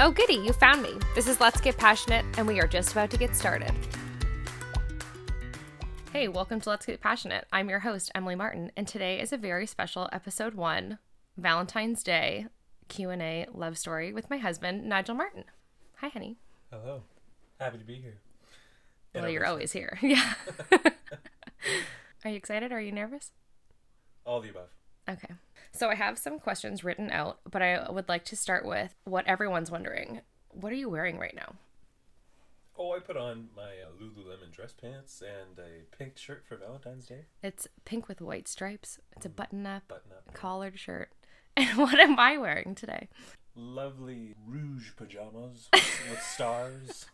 Oh, goody, you found me. This is Let's Get Passionate, and we are just about to get started. Hey, welcome to Let's Get Passionate. I'm your host, Emily Martin, and today is a very special episode 1, Valentine's Day Q&A love story with my husband, Nigel Martin. Hi, honey. Hello. Happy to be here. And Well, I'm you're excited. always here. Yeah. are you excited? Are you nervous? all the above. Okay. So I have some questions written out, but I would like to start with what everyone's wondering. What are you wearing right now? Oh, I put on my uh, Lululemon dress pants and a pink shirt for Valentine's Day. It's pink with white stripes. It's a button up Button up. collared shirt. And what am I wearing today? Lovely rouge pajamas with stars.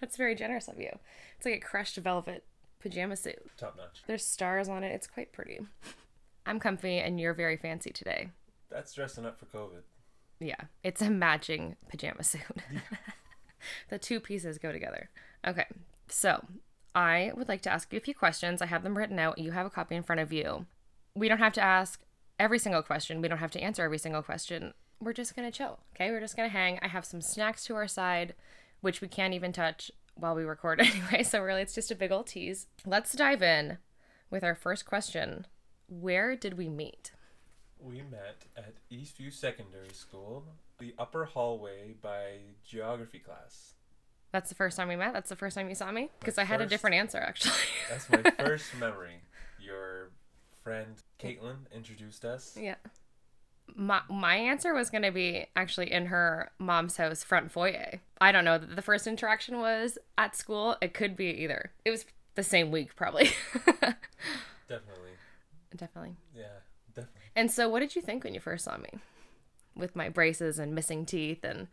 That's very generous of you. It's like a crushed velvet pajama suit. Top notch. There's stars on it. It's quite pretty. I'm comfy and you're very fancy today. That's dressing up for COVID. Yeah, it's a matching pajama suit. the two pieces go together. Okay, so I would like to ask you a few questions. I have them written out. You have a copy in front of you. We don't have to ask every single question, we don't have to answer every single question. We're just gonna chill, okay? We're just gonna hang. I have some snacks to our side, which we can't even touch while we record anyway. So, really, it's just a big old tease. Let's dive in with our first question Where did we meet? We met at Eastview Secondary School, the upper hallway by geography class. That's the first time we met. That's the first time you saw me because My I had a first- different answer actually. That's my first memory. Your friend Caitlin introduced us. yeah. My my answer was going to be actually in her mom's house front foyer. I don't know. The first interaction was at school. It could be either. It was the same week probably. Definitely. Definitely. Yeah, definitely. And so what did you think when you first saw me? With my braces and missing teeth and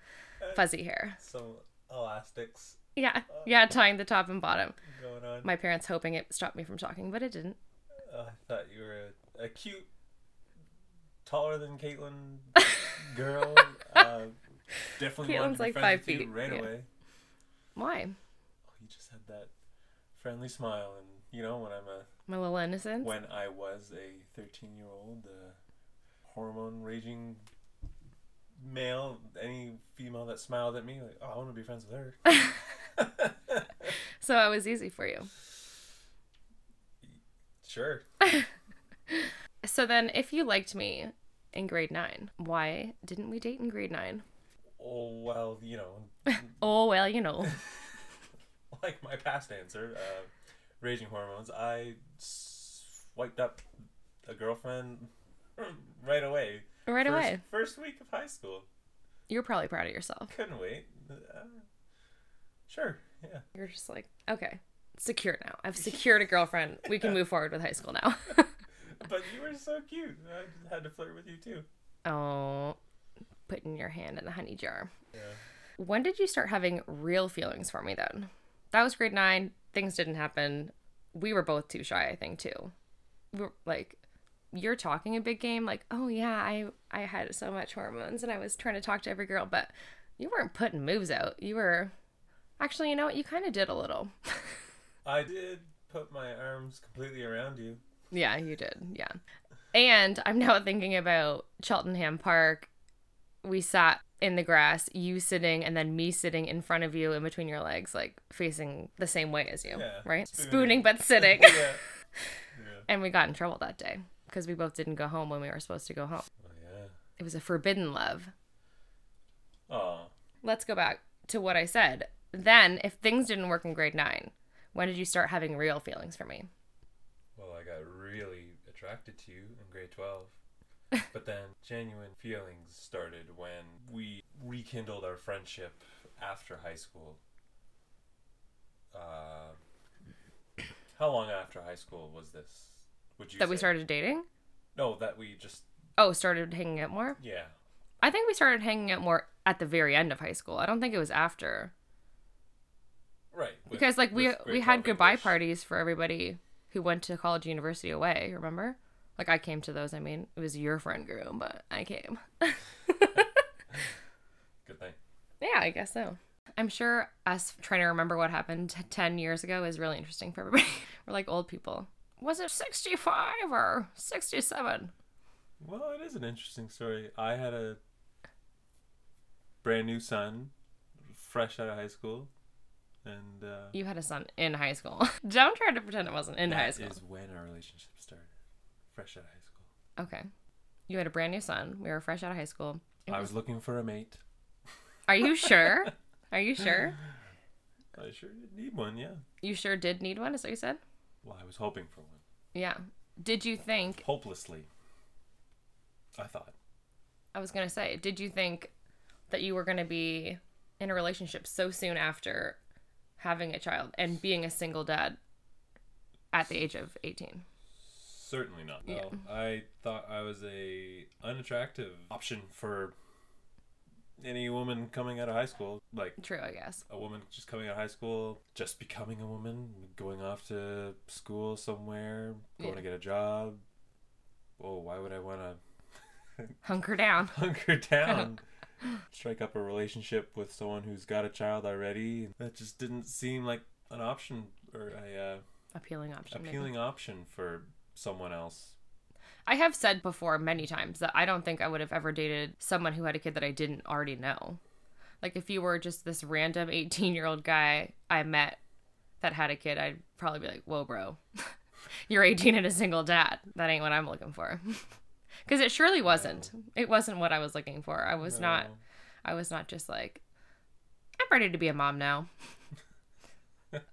fuzzy hair. Some elastics Yeah. Yeah, tying the top and bottom. going on. My parents hoping it stopped me from talking, but it didn't. Oh, I thought you were a, a cute, taller than Caitlin girl. uh, definitely wanted Caitlin's to be like friends five with you feet, right yeah. away. Why? Oh, you just had that friendly smile, and you know when I'm a My little innocence. when I was a 13 year old, uh, hormone raging male, any female that smiled at me, like oh, I want to be friends with her. So it was easy for you. sure. So then, if you liked me in grade nine, why didn't we date in grade nine? Oh well, you know, Oh, well, you know. like my past answer, uh, raging hormones, I swiped up a girlfriend right away. Right first, away. First week of high school. You're probably proud of yourself. Couldn't wait. Uh, sure. Yeah. You're just like, okay, secure now. I've secured a girlfriend. We can move forward with high school now. But you were so cute. I had to flirt with you too. oh, putting your hand in the honey jar. Yeah. When did you start having real feelings for me then? That was grade nine. Things didn't happen. We were both too shy, I think, too. We were like, you're talking a big game, like, oh yeah, I I had so much hormones and I was trying to talk to every girl, but you weren't putting moves out. You were actually, you know what, you kinda did a little. I did put my arms completely around you. Yeah, you did. Yeah. And I'm now thinking about Cheltenham Park. We sat in the grass, you sitting, and then me sitting in front of you in between your legs, like facing the same way as you, Yeah, right? Spooning, spooning. but sitting. Yeah. yeah. and we got in trouble that day because we both didn't go home when we were supposed to go home. Oh yeah. It was a forbidden love. Oh. Let's go back to what I said. Then, if things didn't work in grade nine, when did you start having real feelings for me? Well, I got really attracted to you in grade 12. but then genuine feelings started when we rekindled our friendship after high school. Uh, how long after high school was this? Would you That we say? started dating? No, that we just Oh, started hanging out more? yeah. I think we started hanging out more at the very end of high school. I don't think it was after Right. with- because like we with grade we had 12 goodbye English. parties for everybody who went to college university away. Remember? Like I came to those. I mean, it was your friend room, but I came. Good thing. Yeah, I guess so. I'm sure us trying to remember what happened t- 10 years ago is really interesting for everybody. We're like old people. Was it 65 or 67? Well, it is an interesting story. I had a brand new son fresh out of high school, and uh, You had a son in high school. Don't try to pretend it wasn't in that high school. is when our relationship started. Fresh out of high school, Okay. You had a brand new son. We were fresh out of high school. It I was- was looking for a mate. Are you sure? Are you sure? I sure did need one. Yeah. You sure did need one, is what you said? Well, I was hoping for one. Yeah. Did you think Hopelessly. I thought. I was gonna say, did you think that you were gonna be in a relationship so soon after having a child and being a single dad at the age of eighteen? Certainly not. No. I thought I was a unattractive option for any woman coming out of high school. Like True, I guess. a woman just coming out of high school, just becoming a woman, going off to school somewhere, going to Yeah. get a job. Oh, why would I want to Hunker down. hunker down, strike up a relationship with someone who's got a child already. That just didn't seem like an option or a uh, Appealing option. maybe. appealing option for someone else. I have said before many times that I don't think I would have ever dated someone who had a kid that I didn't already know. Like if you were just this random 18-year-old guy I met that had a kid, I'd probably be like, "Whoa, bro. You're 18 and a single dad. That ain't what I'm looking for." Cuz it surely wasn't. It wasn't what I was looking for. I was not No. I was not just like I'm ready to be a mom now.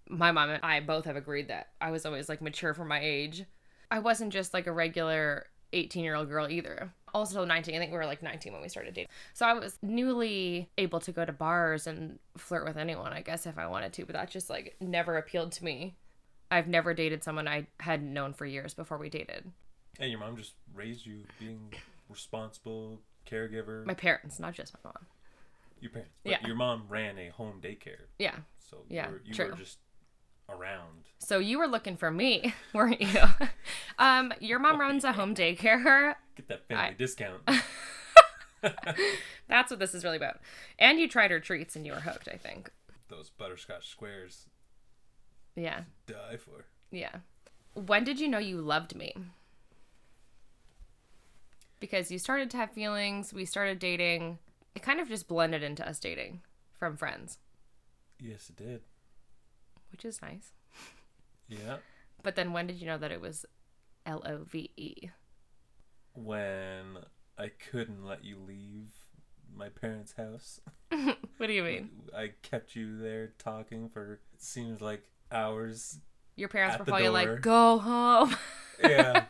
my mom and I both have agreed that I was always like mature for my age. I wasn't just like a regular 18 year old girl either. Also 19. I think we were like 19 when we started dating. So I was newly able to go to bars and flirt with anyone, I guess, if I wanted to, but that just like never appealed to me. I've never dated someone I had known for years before we dated. And your mom just raised you being responsible caregiver. My parents, not just my mom. your parents, but Yeah. your mom ran a home daycare, Yeah. so Yeah, you were, you true. were just around. So you were looking for me, weren't you? um, your mom runs a home daycare. Get that family I- discount. That's what this is really about. And you tried her treats and you were hooked, I think. Those butterscotch squares, Yeah. die for. Yeah. When did you know you loved me? Because you started to have feelings, we started dating. It kind of just blended into us dating from friends, Yes, it did. which is nice. Yeah. But then when did you know that it was L O V E? when I couldn't let you leave my parents' house. What do you mean? I kept you there talking for it seemed like hours. Your parents At were the probably door. like, go home. Yeah.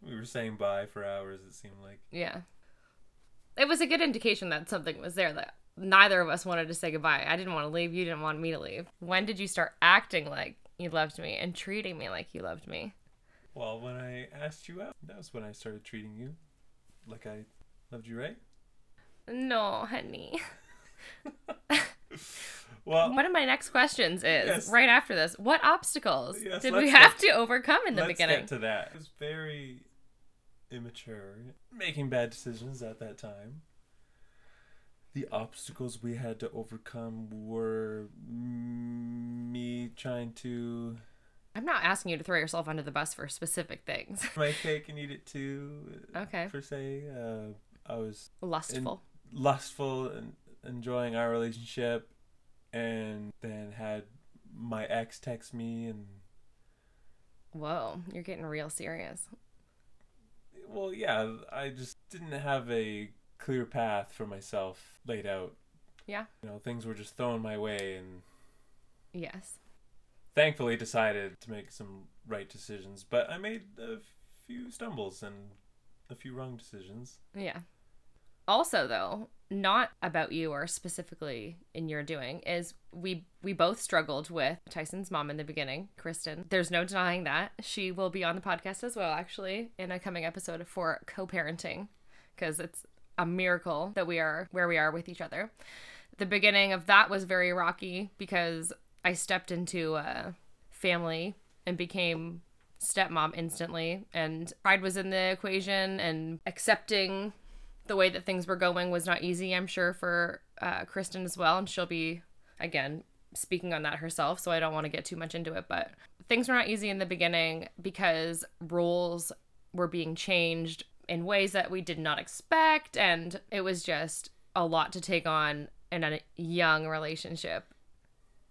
we were saying bye for hours it seemed like. Yeah. It was a good indication that something was there that neither of us wanted to say goodbye. I didn't want to leave, you didn't want me to leave. When did you start acting like you loved me and treating me like you loved me? Well, when I asked you out, that was when I started treating you like I loved you, right? No, honey. Well, One of my next questions is Yes. right after this, what obstacles Yes, did we let's have to overcome in the let's beginning? get to that. It was very immature, making bad decisions at that time. The obstacles we had to overcome were me trying to I'm not asking you to throw yourself under the bus for specific things. my cake and eat it too, Okay. per se. Uh, I was Lustful. lustful and enjoying our relationship, and then had my ex text me and Whoa, you're getting real serious. Well, yeah, I just didn't have a clear path for myself laid out. Yeah. You know, things were just thrown my way, and Yes. thankfully decided to make some right decisions. But I made a few stumbles and a few wrong decisions. Yeah. Also though, not about you or specifically in your doing is we we both struggled with Tyson's mom in the beginning, Kristen. There's no denying that. She will be on the podcast as well actually in a coming episode for co-parenting because it's a miracle that we are where we are with each other. The beginning of that was very rocky because I stepped into a family and became stepmom instantly and pride was in the equation and accepting the way that things were going was not easy, I'm sure, for uh, Kristen as well. And she'll be, again, speaking on that herself. So I don't want to get too much into it. But things were not easy in the beginning because roles were being changed in ways that we did not expect. And it was just a lot to take on in a young relationship,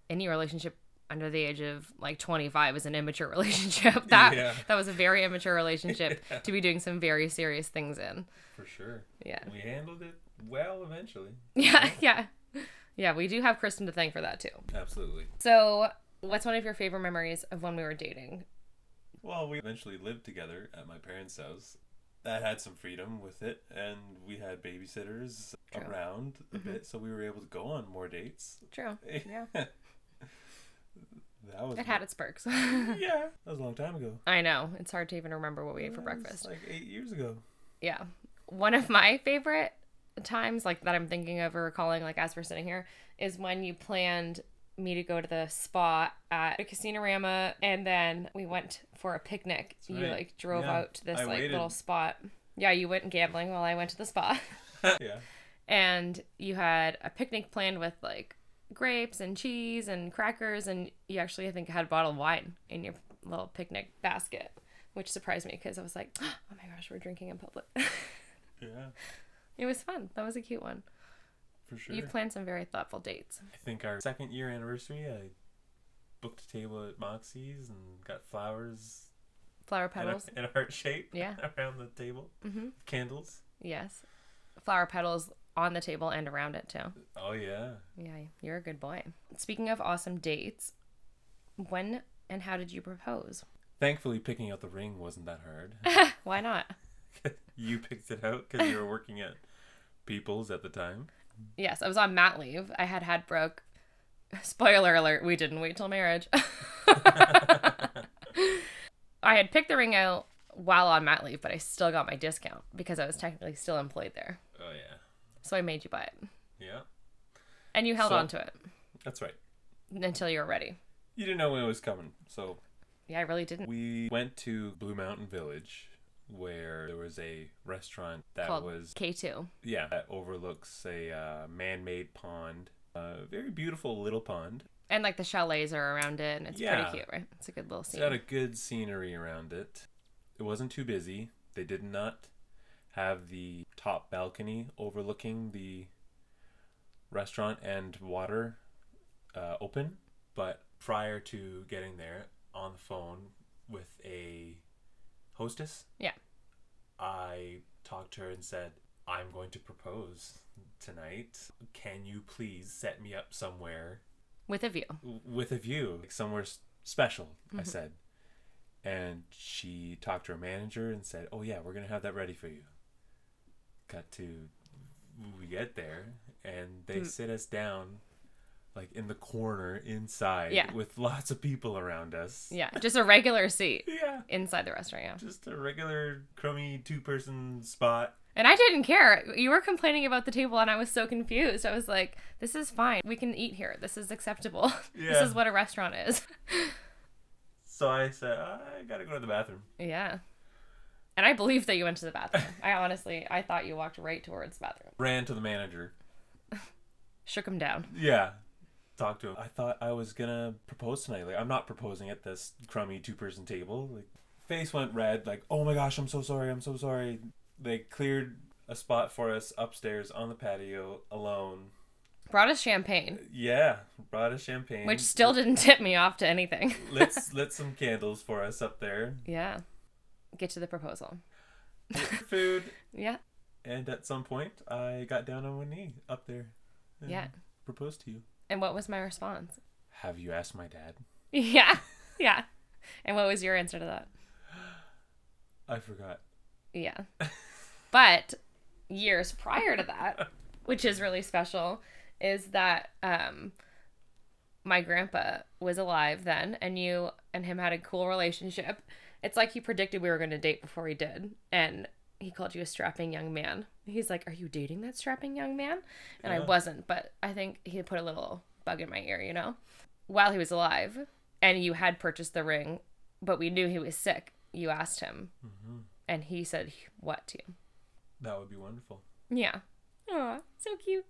any relationship under the age of like 25 is an immature relationship. that Yeah. that was a very immature relationship to be doing some very serious things in. for sure. Yeah. We handled it well eventually. Yeah, yeah. Yeah, we do have Kristen to thank for that too. Absolutely. So, what's one of your favorite memories of when we were dating? Well, we eventually lived together at my parents' house. That had some freedom with it, and we had babysitters True. Mm-hmm. around a bit, so we were able to go on more dates. True. Yeah. that was It had its perks. yeah. That was a long time ago. I know. It's hard to even remember what we ate for That was breakfast. like eight years ago. yeah one of my favorite times like that i'm thinking of or recalling like as we're sitting here is when you planned me to go to the spa at the casinorama and then we went for a picnic you right. like drove Yeah. out to this I like waited. little spot yeah you went gambling while i went to the spa yeah. and you had a picnic planned with like grapes and cheese and crackers and you actually i think had a bottle of wine in your little picnic basket which surprised me because i was like oh my gosh we're drinking in public Yeah. It was fun. That was a cute one. For sure. You've planned some very thoughtful dates. I think our second year anniversary, I booked a table at Moxie's and got flowers Flower in a, petals. in a heart shape Yeah. around the table, Mhm. candles. Yes. Flower petals on the table and around it too. Oh yeah. Yeah, you're a good boy. Speaking of awesome dates, when and how did you propose? Thankfully, picking out the ring wasn't that hard. Why not? you picked it out because you were working at People's at the time. Yes, I was on mat leave. I had had broke. Spoiler alert, we didn't wait till marriage. I had picked the ring out while on mat leave, but I still got my discount because I was technically still employed there. Oh yeah. So I made you buy it. Yeah. And you held So- on to it. That's right. until you were ready. You didn't know when it was coming, so Yeah, I really didn't. we went to Blue Mountain Village, where there was a restaurant that Called was K2. yeah that overlooks a uh, man-made pond, a very beautiful little pond. And like the chalets are around it, and it's Yeah. pretty cute, right? It's a good little scene. It's got a good scenery around it. It wasn't too busy. They did not have the top balcony overlooking the restaurant and water uh, open. But prior to getting there, on the phone with a hostess, Yeah. I talked to her and said, I'm going to propose tonight. Can you please set me up somewhere With a view. with a view, like somewhere s- special, Mm-hmm. I said. And she talked to her manager and said, Oh, yeah, we're going to have that ready for you. Got to, we get there, and they Mm. sit us down, like in the corner inside Yeah. with lots of people around us. Yeah, just a regular seat Yeah. inside the restaurant. Yeah. Just a regular crummy two person spot. And I didn't care. You were complaining about the table, and I was so confused. I was like, this is fine. We can eat here. This is acceptable. Yeah. this is what a restaurant is. So I said, I got to go to the bathroom. yeah. And I believe that you went to the bathroom. I honestly, I thought you walked right towards the bathroom. Ran to the manager. Shook him down. Yeah. Talk to him. I thought I was gonna propose tonight. Like I'm not proposing at this crummy two person table. Like face went red, like, oh my gosh, I'm so sorry, I'm so sorry. They cleared a spot for us upstairs on the patio alone. Brought us champagne, Yeah. Brought a champagne. which still didn't tip me off to anything. lit lit some candles for us up there. Yeah. Get to the proposal. Food. Yeah. And at some point I got down on one knee up there. and Yeah. Proposed to you. And what was my response? Have you asked my dad? Yeah. Yeah. And what was your answer to that? I forgot. Yeah. But years prior to that, which is really special, is that um my grandpa was alive then and you and him had a cool relationship. It's like he predicted we were going to date before he did and he called you a strapping young man. He's like, "Are you dating that strapping young man?" And I Yeah. wasn't, but I think he put a little bug in my ear, you know. While he was alive and you had purchased the ring, but we knew he was sick. You asked him and he said what to you. That would be wonderful. Yeah. Aw, so cute.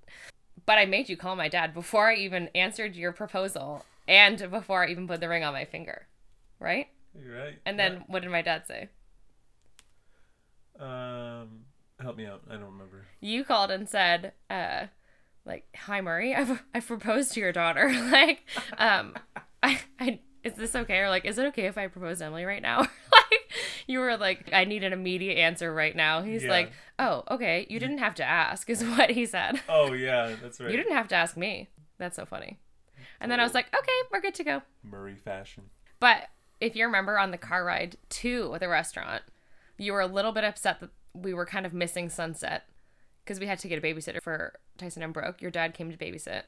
But I made you call my dad before I even answered your proposal and before I even put the ring on my finger. Right? You're right. And Yeah. then what did my dad say? Um, help me out. I don't remember. You called and said, uh, like, "Hi Murray, I've I proposed to your daughter. like, um, I, I is this okay? Or like, is it okay if I propose to Emily right now? like, you were like, I need an immediate answer right now. He's Yeah. like, Oh, okay. You didn't have to ask, is what he said. Oh yeah, that's right. You didn't have to ask me. That's so funny. And then I was like, Okay, we're good to go. Murray fashion. But if you remember on the car ride to the restaurant, you were a little bit upset that we were kind of missing sunset because we had to get a babysitter for Tyson and Brooke. Your dad came to babysit.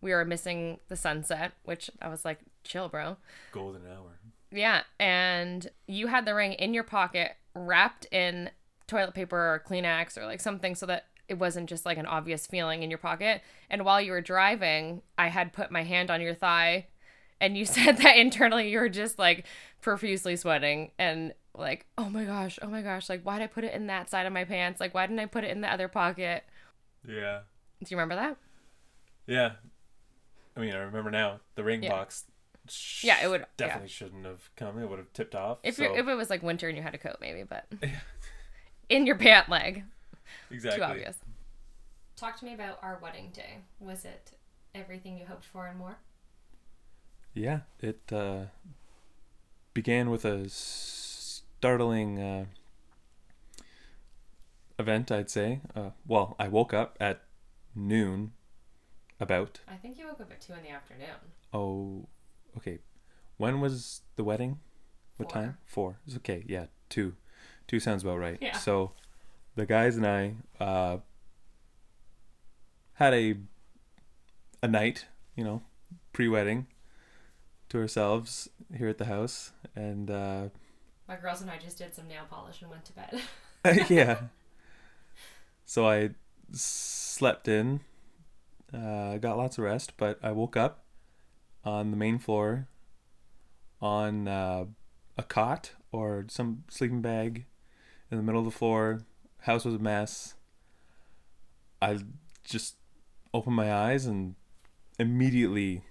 We were missing the sunset, which I was like, chill, bro. Golden hour. Yeah. And you had the ring in your pocket, wrapped in toilet paper or Kleenex or like something so that it wasn't just like an obvious feeling in your pocket. And while you were driving, I had put my hand on your thigh and you said that internally you were just like profusely sweating and like, oh my gosh, oh my gosh, like, why did I put it in that side of my pants? Like, why didn't I put it in the other pocket? Yeah. Do you remember that? Yeah. I mean, I remember now. The ring Yeah. box. sh- Yeah, it would- definitely shouldn't have come. It would have tipped off. If, so- you're, if it was like winter and you had a coat, maybe, but in your pant leg. exactly. Too obvious. Talk to me about our wedding day. Was it everything you hoped for and more? Yeah, it uh, began with a startling uh, event, I'd say. Uh, well, I woke up at noon, about. I think you woke up at two in the afternoon. Oh, okay. When was the wedding? What Four. time? Four. It's okay. Yeah, two. Two sounds about right. Yeah. So, the guys and I uh, had a a night, you know, pre-wedding to ourselves here at the house, and uh, My girls and I just did some nail polish and went to bed. yeah. So I slept in, uh, got lots of rest, but I woke up on the main floor on uh, a cot or some sleeping bag in the middle of the floor. House was a mess. I just opened my eyes and immediately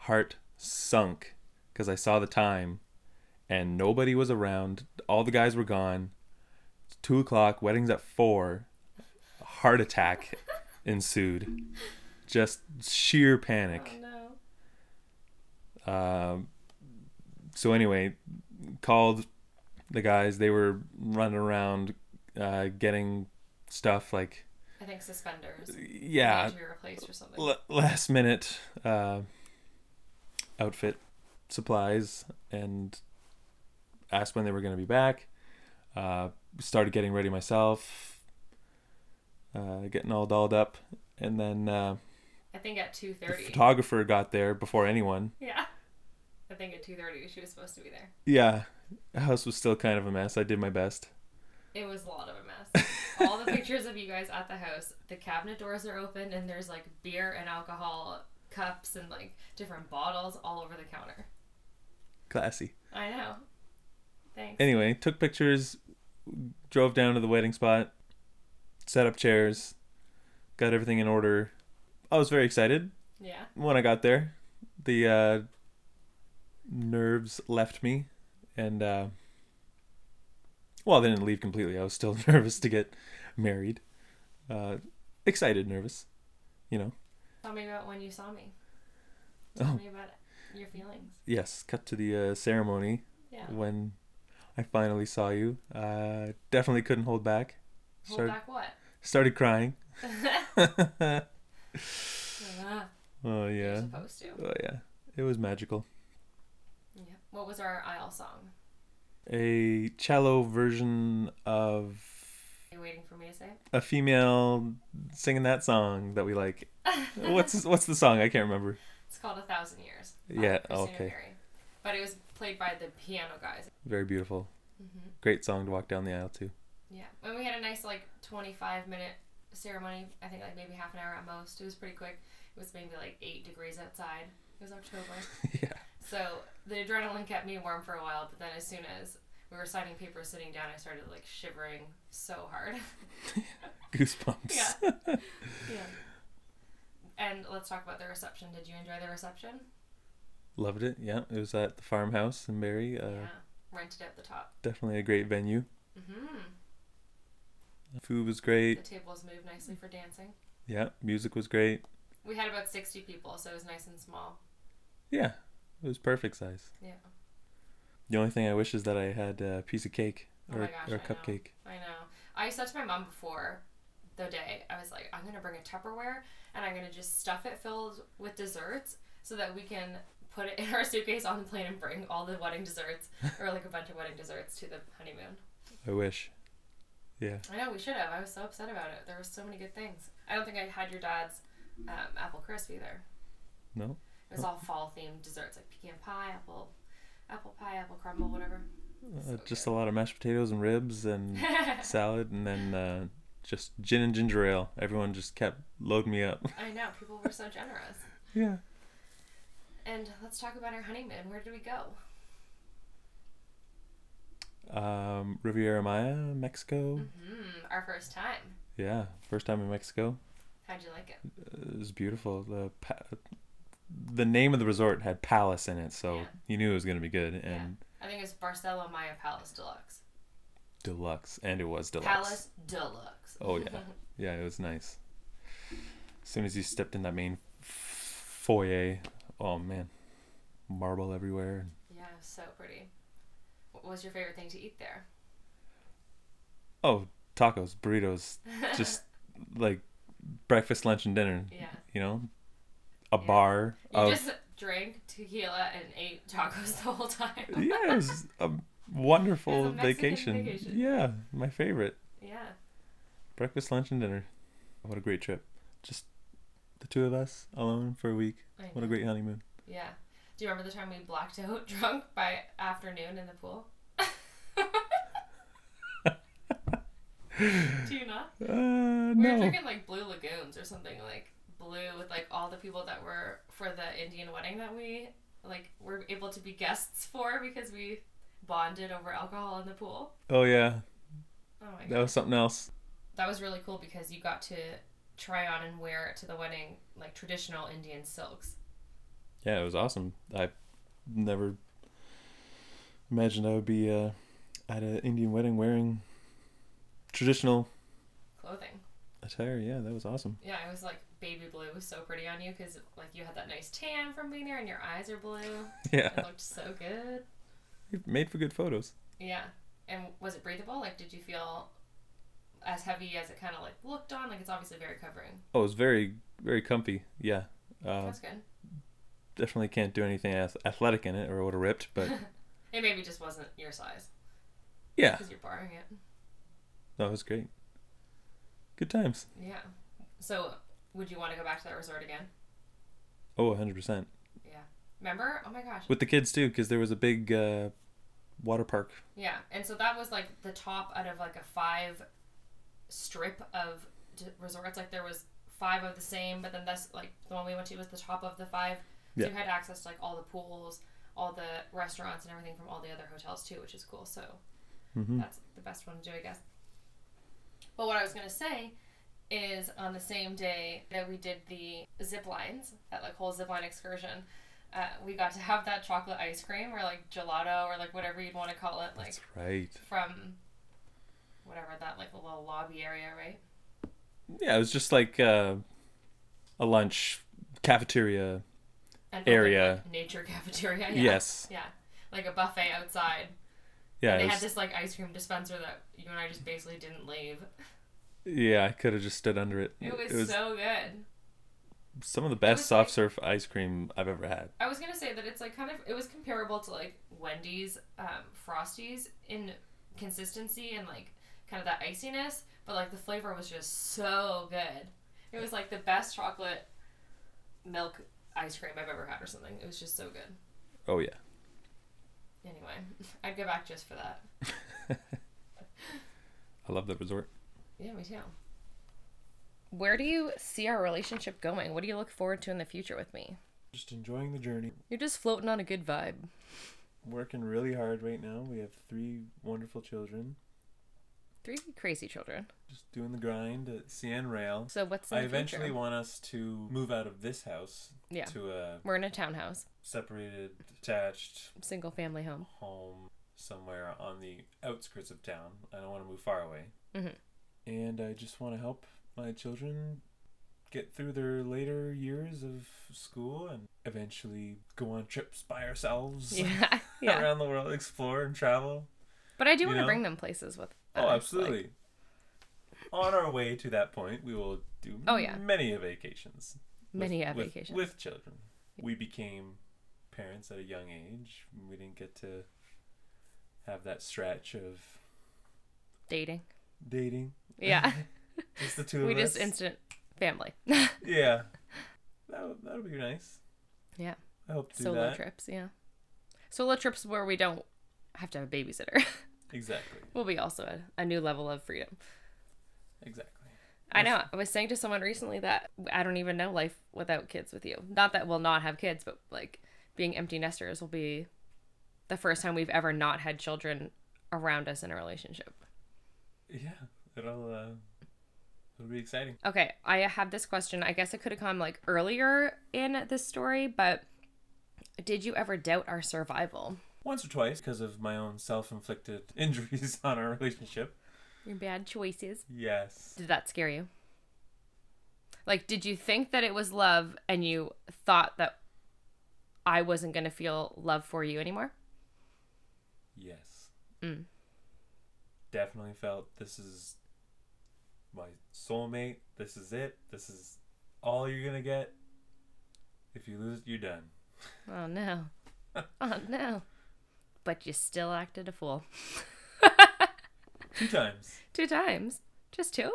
heart sunk because I saw the time and nobody was around. All the guys were gone two o'clock, wedding's at four. A Heart attack ensued. Just sheer panic. Oh, no. Um, so anyway, called the guys. They were running around, uh, getting stuff like I think suspenders. yeah, be replaced or something. l- last minute uh, outfit supplies and asked when they were going to be back. Uh, started getting ready myself, uh, getting all dolled up, and then uh, I think at two the thirty. photographer got there before anyone. yeah. I think at two thirty she was supposed to be there. Yeah, the house was still kind of a mess. I did my best. It was a lot of a mess. All the pictures of you guys at the house, the cabinet doors are open and there's like beer and alcohol cups and like different bottles all over the counter. Classy. I know. Thanks. Anyway, took pictures, drove down to the wedding spot, set up chairs, got everything in order. I was very excited. yeah. when I got there, the uh, nerves left me, and uh, well, they didn't leave completely. I was still nervous to get married, uh, excited, nervous, you know. Tell me about when you saw me. Tell Oh me about it. your feelings. yes, cut to the uh, ceremony Yeah. when I finally saw you. Uh, definitely couldn't hold back. Hold Started back what? started crying. oh Ah, You're yeah, supposed to. oh yeah, it was magical. Yeah. What was our aisle song? A cello version of Are you waiting for me to say it? a female singing that song that we like. what's what's the song? I can't remember. It's called A Thousand Years. by Yeah, Christina okay. Perri. But it was played by the piano guys. Very beautiful. hmm Great song to walk down the aisle to. Yeah. And we had a nice, like, 25 minute ceremony. I think, like, maybe half an hour at most. It was pretty quick. It was maybe, like, 8 degrees outside. It was October. yeah. So the adrenaline kept me warm for a while, but then as soon as we were signing papers sitting down, I started like shivering so hard. Goosebumps. Yeah. yeah. And let's talk about the reception. Did you enjoy the reception? Loved it. Yeah. It was at the farmhouse in Barrie. Uh, yeah. Rented out the top. Definitely a great venue. hmm Food was The great. tables moved nicely for dancing. Yeah, music was great. We had about 60 people, so it was nice and small. Yeah, it was perfect size. Yeah. The only thing I wish is that I had a piece of cake Oh or, my gosh, or a I know. cupcake. I know. I said to my mom before the day, I was like, I'm gonna bring a Tupperware and I'm gonna just stuff it filled with desserts so that we can put it in our suitcase on the plane and bring all the wedding desserts or like a bunch of wedding desserts to the honeymoon. I wish. Yeah. I know we should have. I was so upset about it. There were so many good things. I don't think I had your dad's um, apple crisp either. No? Oh. It was all fall themed desserts like pecan pie, apple, apple pie, apple crumble, whatever. Uh, just a lot of mashed potatoes and ribs and salad and then uh, just gin and ginger ale. Everyone just kept loading me up. I know people were so generous. yeah. And let's talk about our honeymoon. Where did we go? Um, Riviera Maya, Mexico. Mm, our first time. Yeah, first time in Mexico. How'd you like Hmm. it? It was beautiful. The pa- the name of the resort had Palace in it, so Yeah. you knew it was going to be good and I think it's Barcelo Maya Palace Deluxe. deluxe, and it was deluxe. Palace Deluxe. Oh yeah, yeah, it was nice. As soon as you stepped in that main foyer, oh man, marble everywhere. Yeah, so pretty. What was your favorite thing to eat there? Oh, tacos, burritos, just like breakfast, lunch, and dinner. Yeah. You know, a Yeah. bar You of just drank tequila and ate tacos the whole time. yeah, it was a wonderful It was a Mexican vacation. vacation. Yeah, my favorite. Yeah. Breakfast, lunch, and dinner. What a great trip. Just the two of us alone for a week. I What know. a great honeymoon. Yeah. Do you remember the time we blacked out drunk by afternoon in the pool? Do you not? We Uh, were no. drinking like Blue Lagoons or something like blue with like all the people that were for the Indian wedding that we like were able to be guests for because we bonded over alcohol in the pool. Oh, yeah. Oh my god. That was something else. That was really cool because you got to try on and wear to the wedding like traditional Indian silks. Yeah, it was awesome. I never imagined I would be uh, at an Indian wedding wearing traditional Clothing. attire. Yeah, that was awesome. Yeah, I was like baby blue was so pretty on you because like you had that nice tan from being there and your eyes are blue. It Yeah, looked so good. it made for good photos. Yeah. And was it breathable? Like, did you feel as heavy as it kind of like looked on? Like, it's obviously very covering. Oh, it was very, very comfy. Yeah. Uh, That's good. definitely can't do anything ath- athletic in it or it would have ripped, but It maybe just wasn't your size yeah, because you're borrowing it. that was great. Good times. Yeah. So, would you want to go back to that resort again? Oh, 100%. Yeah. Remember? Oh my gosh. With the kids too, because there was a big uh, water park. Yeah. And so that was like the top out of like a five strip of d- resorts. Like, there was five of the same, but then this, like, the one we went to was the top of the five. So Yeah. you had access to like all the pools, all the restaurants, and everything from all the other hotels too, which is cool. So hmm that's the best one to do, I guess. But what I was gonna say is on the same day that we did the zip lines, that like whole zip line excursion, uh, we got to have that chocolate ice cream or like gelato or like whatever you'd want to call it, like That's right. from whatever that like little lobby area, right? Yeah, it was just like uh, a lunch cafeteria. And open, Area. like, nature cafeteria. Oh, Yeah. Yes. Yeah, like a buffet outside. Yeah, and it they was, had this like ice cream dispenser that you and I just basically didn't leave. yeah. I could have just stood under it. It was, so good. some of the best was soft like- serve ice cream I've ever had. I was gonna say that it's like kind of it was comparable to like Wendy's, um, Frosties in consistency and like kind of that iciness, but like the flavor was just so good. It was like the best chocolate milk ice cream I've ever had or something. It was just so good. Oh yeah. Anyway, I'd go back just for that. I love that resort. Yeah, me too. Where do you see our relationship going? What do you look forward to in the future with me? Just enjoying the journey. You're just floating on a good vibe. Working really hard right now. We have three wonderful children. Three crazy children. Just doing the grind at CN Rail. So what's in I the eventually future? want us to move out of this house Yeah. to a We're in a townhouse, separated, detached single family home. home somewhere on the outskirts of town. I don't want to move far away. Mhm. And I just want to help my children get through their later years of school and eventually go on trips by ourselves Yeah. yeah. around the world, explore and travel. But I do you want to know? bring them places with. oh, us, like- absolutely. on our way to that point, we will do Oh, yeah. many a vacations. With- many a with- vacation. with children. We became parents at a young age. We didn't get to have that stretch of Dating. dating. Yeah. Just the two of we us. just instant family. yeah. That that'll be nice. Yeah. I hope to do Solo that. trips. Yeah. Solo trips where we don't have to have a babysitter Exactly. will be also a, a new level of freedom. Exactly. I know. I was saying to someone recently that I don't even know life without kids with you. Not that we'll not have kids, but like being empty nesters will be the first time we've ever not had children around us in a relationship. Yeah. It'll uh it'll be exciting. Okay, I have this question. I guess it could have come like earlier in this story, but did you ever doubt our survival? Once or twice because of my own self-inflicted injuries on our relationship. Your bad choices. Yes. Did that scare you? Like, did you think that it was love and you thought that I wasn't going to feel love for you anymore? Yes. Mm. Definitely felt this is my soulmate. This is it. This is all you're gonna get. If you lose it, you're done. Oh no. Oh no. But you still acted a fool. Two times. Two times. Just two?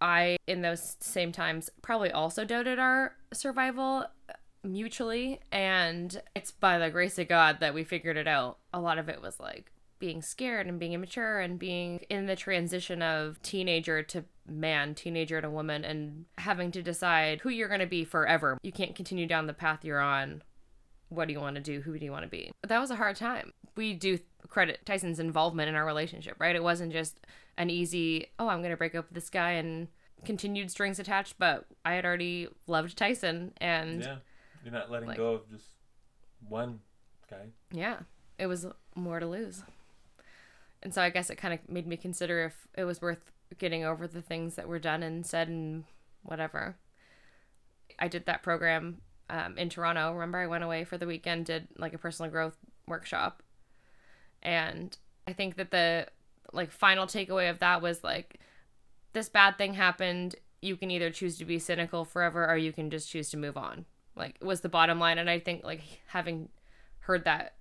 I, in those same times, probably also doubted our survival mutually. And it's by the grace of God that we figured it out. A lot of it was like being scared and being immature and being in the transition of teenager to man, teenager to woman, and having to decide who you're going to be forever. You can't continue down the path you're on what do you want to do? Who do you want to be? That was a hard time. We do credit Tyson's involvement in our relationship, right? It wasn't just an easy, oh, I'm going to break up with this guy and continued strings attached, but I had already loved Tyson and yeah. yeah. You're not letting like- go of just one guy. it was more to lose. And so I guess it kind of made me consider if it was worth getting over the things that were done and said and whatever. I did that program um, in Toronto. Remember, I went away for the weekend, did like a personal growth workshop, and I think that the like final takeaway of that was like this bad thing happened. You can either choose to be cynical forever, or you can just choose to move on. Like was the bottom line, and I think like having heard that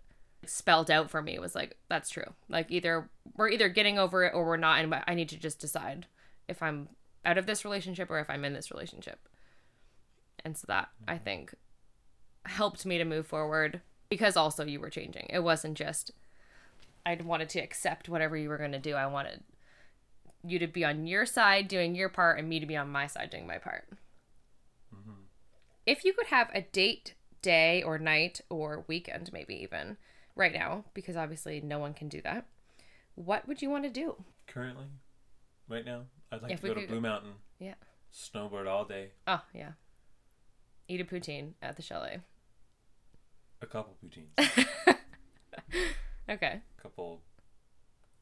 spelled out for me was like that's true. Like either we're either getting over it or we're not, and I need to just decide if I'm out of this relationship or if I'm in this relationship. And so that I think helped me to move forward because also you were changing. It wasn't just I wanted to accept whatever you were going to do. I wanted you to be on your side doing your part and me to be on my side doing my part. Mm-hmm. If you could have a date, day, or night, or weekend, maybe even right now, because obviously no one can do that, what would you want to do? Currently, right now, I'd like If to we go to could- Blue Mountain, Yeah. snowboard all day, Oh, yeah. Eat a poutine at the chalet. a couple poutines, Okay. a couple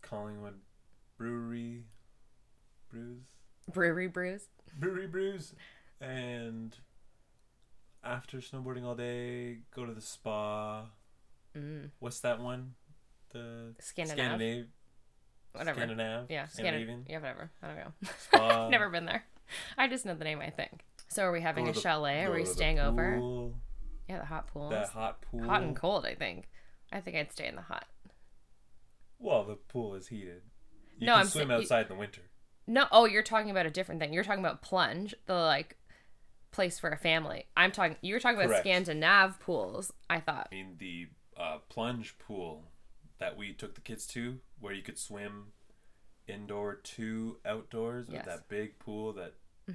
Collingwood brewery brews. Brewery brews. brewery brews and after snowboarding all day go to the spa Mm. what's that one the Scandinav. Scandinav- Whatever. Scandinav? Yeah, Scandinavian. Scandinavian Yeah, whatever. I don't know. spa, Never been there. I just know the name, I think. So are we having Go a to the- chalet? Are go we to the staying over? pool, Yeah, the hot pool. that hot pool Hot and cold, I think. I think I'd stay in the hot. well the pool is heated you No, can I'm sa- swim you- outside in the winter No, oh, you're talking about a different thing. You're talking about plunge, the like place for a family. I'm talking you were talking about Correct. Scandinav pools, I thought. i mean the uh, plunge pool that we took the kids to where you could swim indoor to outdoors Yes. with that big pool that is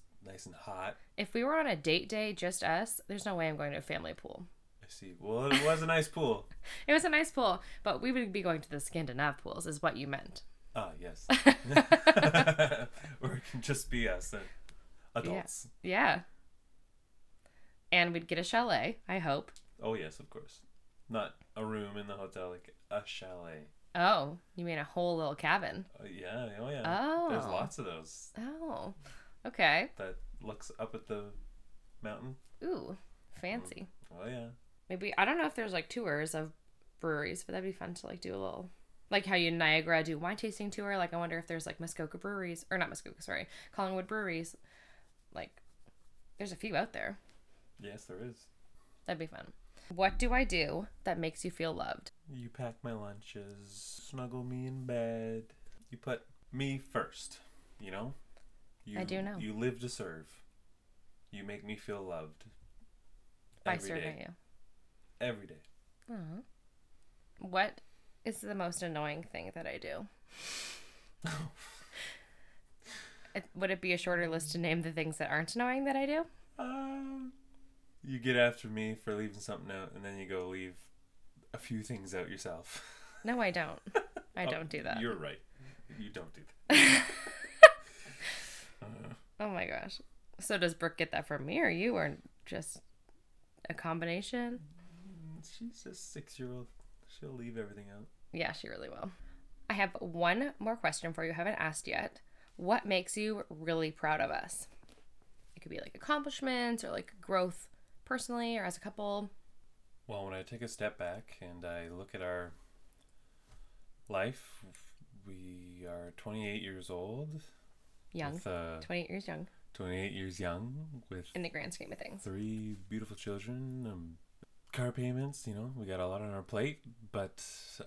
Mhm. nice and hot If we were on a date day, just us, there's no way I'm going to a family pool. I see. Well, it was a nice pool. It was a nice pool, but we would be going to the Scandinav pools, is what you meant. Ah, yes. or it can just be us, uh, adults. Yeah. And we'd get a chalet, I hope. Oh, yes, of course. Not a room in the hotel, like a chalet. Oh, you mean a whole little cabin? Oh, yeah, oh, yeah. There's Oh. lots of those. Oh, Okay. that looks up at the mountain. Ooh, fancy. Oh yeah. Maybe I don't know if there's like tours of breweries, but that'd be fun to like do a little like how you in Niagara do wine tasting tour. Like I wonder if there's like Muskoka breweries or not Muskoka, sorry, Collingwood breweries. Like there's a few out there. Yes, there is. That'd be fun. What do I do that makes you feel loved? You pack my lunches, snuggle me in bed. You put me first, you know? You, I do know. You live to serve. You make me feel loved. By every day. serving you. Every day. Aw. What is the most annoying thing that I do? It- Would it be a shorter list to name the things that aren't annoying that I do? Um, you get after me for leaving something out, and then you go leave a few things out yourself. No, I don't. I don't do that. Oh, You're right. You don't do that. Oh my gosh. So does Brooke get that from me or you or just a combination? She's just six year old. She'll leave everything out. Yeah, she really will. I have one more question for you I haven't asked yet. What makes you really proud of us? It could be like accomplishments or like growth personally or as a couple. Well, when I take a step back and I look at our life, we are 28 years old, Young. with, uh, 28 years young 28 years young, with in the grand scheme of things. three beautiful children, um, car payments. You know, we got a lot on our plate, but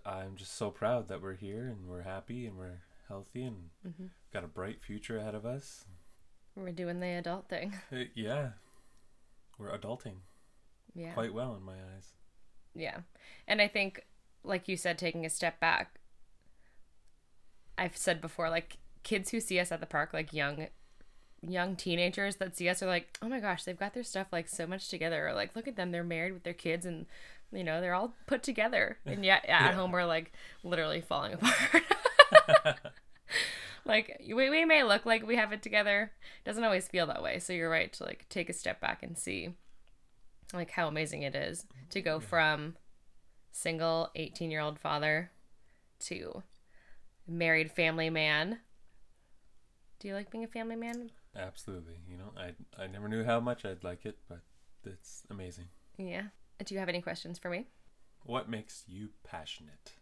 I'm just so proud that we're here and we're happy and we're healthy and Mm-hmm. got a bright future ahead of us. We're doing the adult thing. Uh, yeah, we're adulting Yeah. quite well in my eyes. Yeah. And I think, like you said, taking a step back, I've said before, like kids who see us at the park, like young young teenagers that see us are like, oh my gosh, they've got their stuff like so much together. Or like, look at them, they're married with their kids and you know, they're all put together. And yet at home we're like literally falling apart. like we, we may look like we have it together. doesn't always feel that way. So you're right to like take a step back and see like how amazing it is to go from single 18 year old father to married family man. Do you like being a family man? Absolutely. You know, I I never knew how much I'd like it, but it's amazing. Yeah. Do you have any questions for me? What makes you passionate?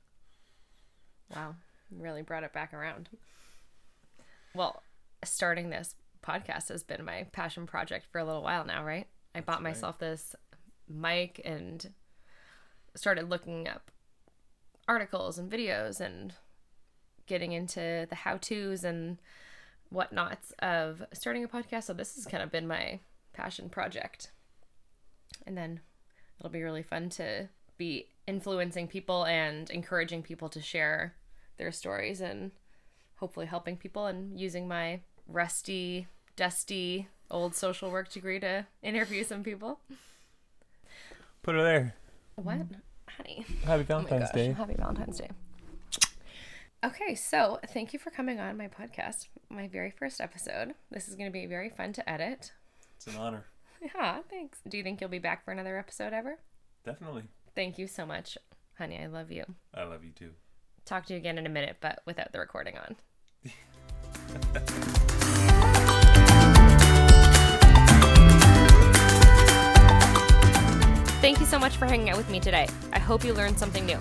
Wow. Really brought it back around. Well, starting this podcast has been my passion project for a little while now, right? I bought right. myself this mic and started looking up articles and videos and getting into the how to's and whatnots of starting a podcast. So, this has kind of been my passion project. And then it'll be really fun to be influencing people and encouraging people to share their stories and hopefully helping people and using my rusty, dusty old social work degree to interview some people. Put her there. What? Honey. Happy Oh my gosh. Happy Valentine's Day. Okay, so thank you for coming on my podcast, my very first episode. This is going to be very fun to edit. It's an honor. Yeah, thanks. Do you think you'll be back for another episode ever? Definitely. Thank you so much, honey. I love you. I love you too. talk to you again in a minute, but without the recording on. Thank you so much for hanging out with me today. I hope you learned something new.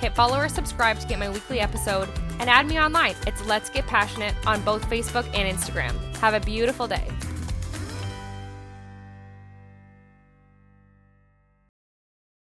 Hit follow or subscribe to get my weekly episode and add me online. It's Let's Get Passionate on both Facebook and Instagram. Have a beautiful day.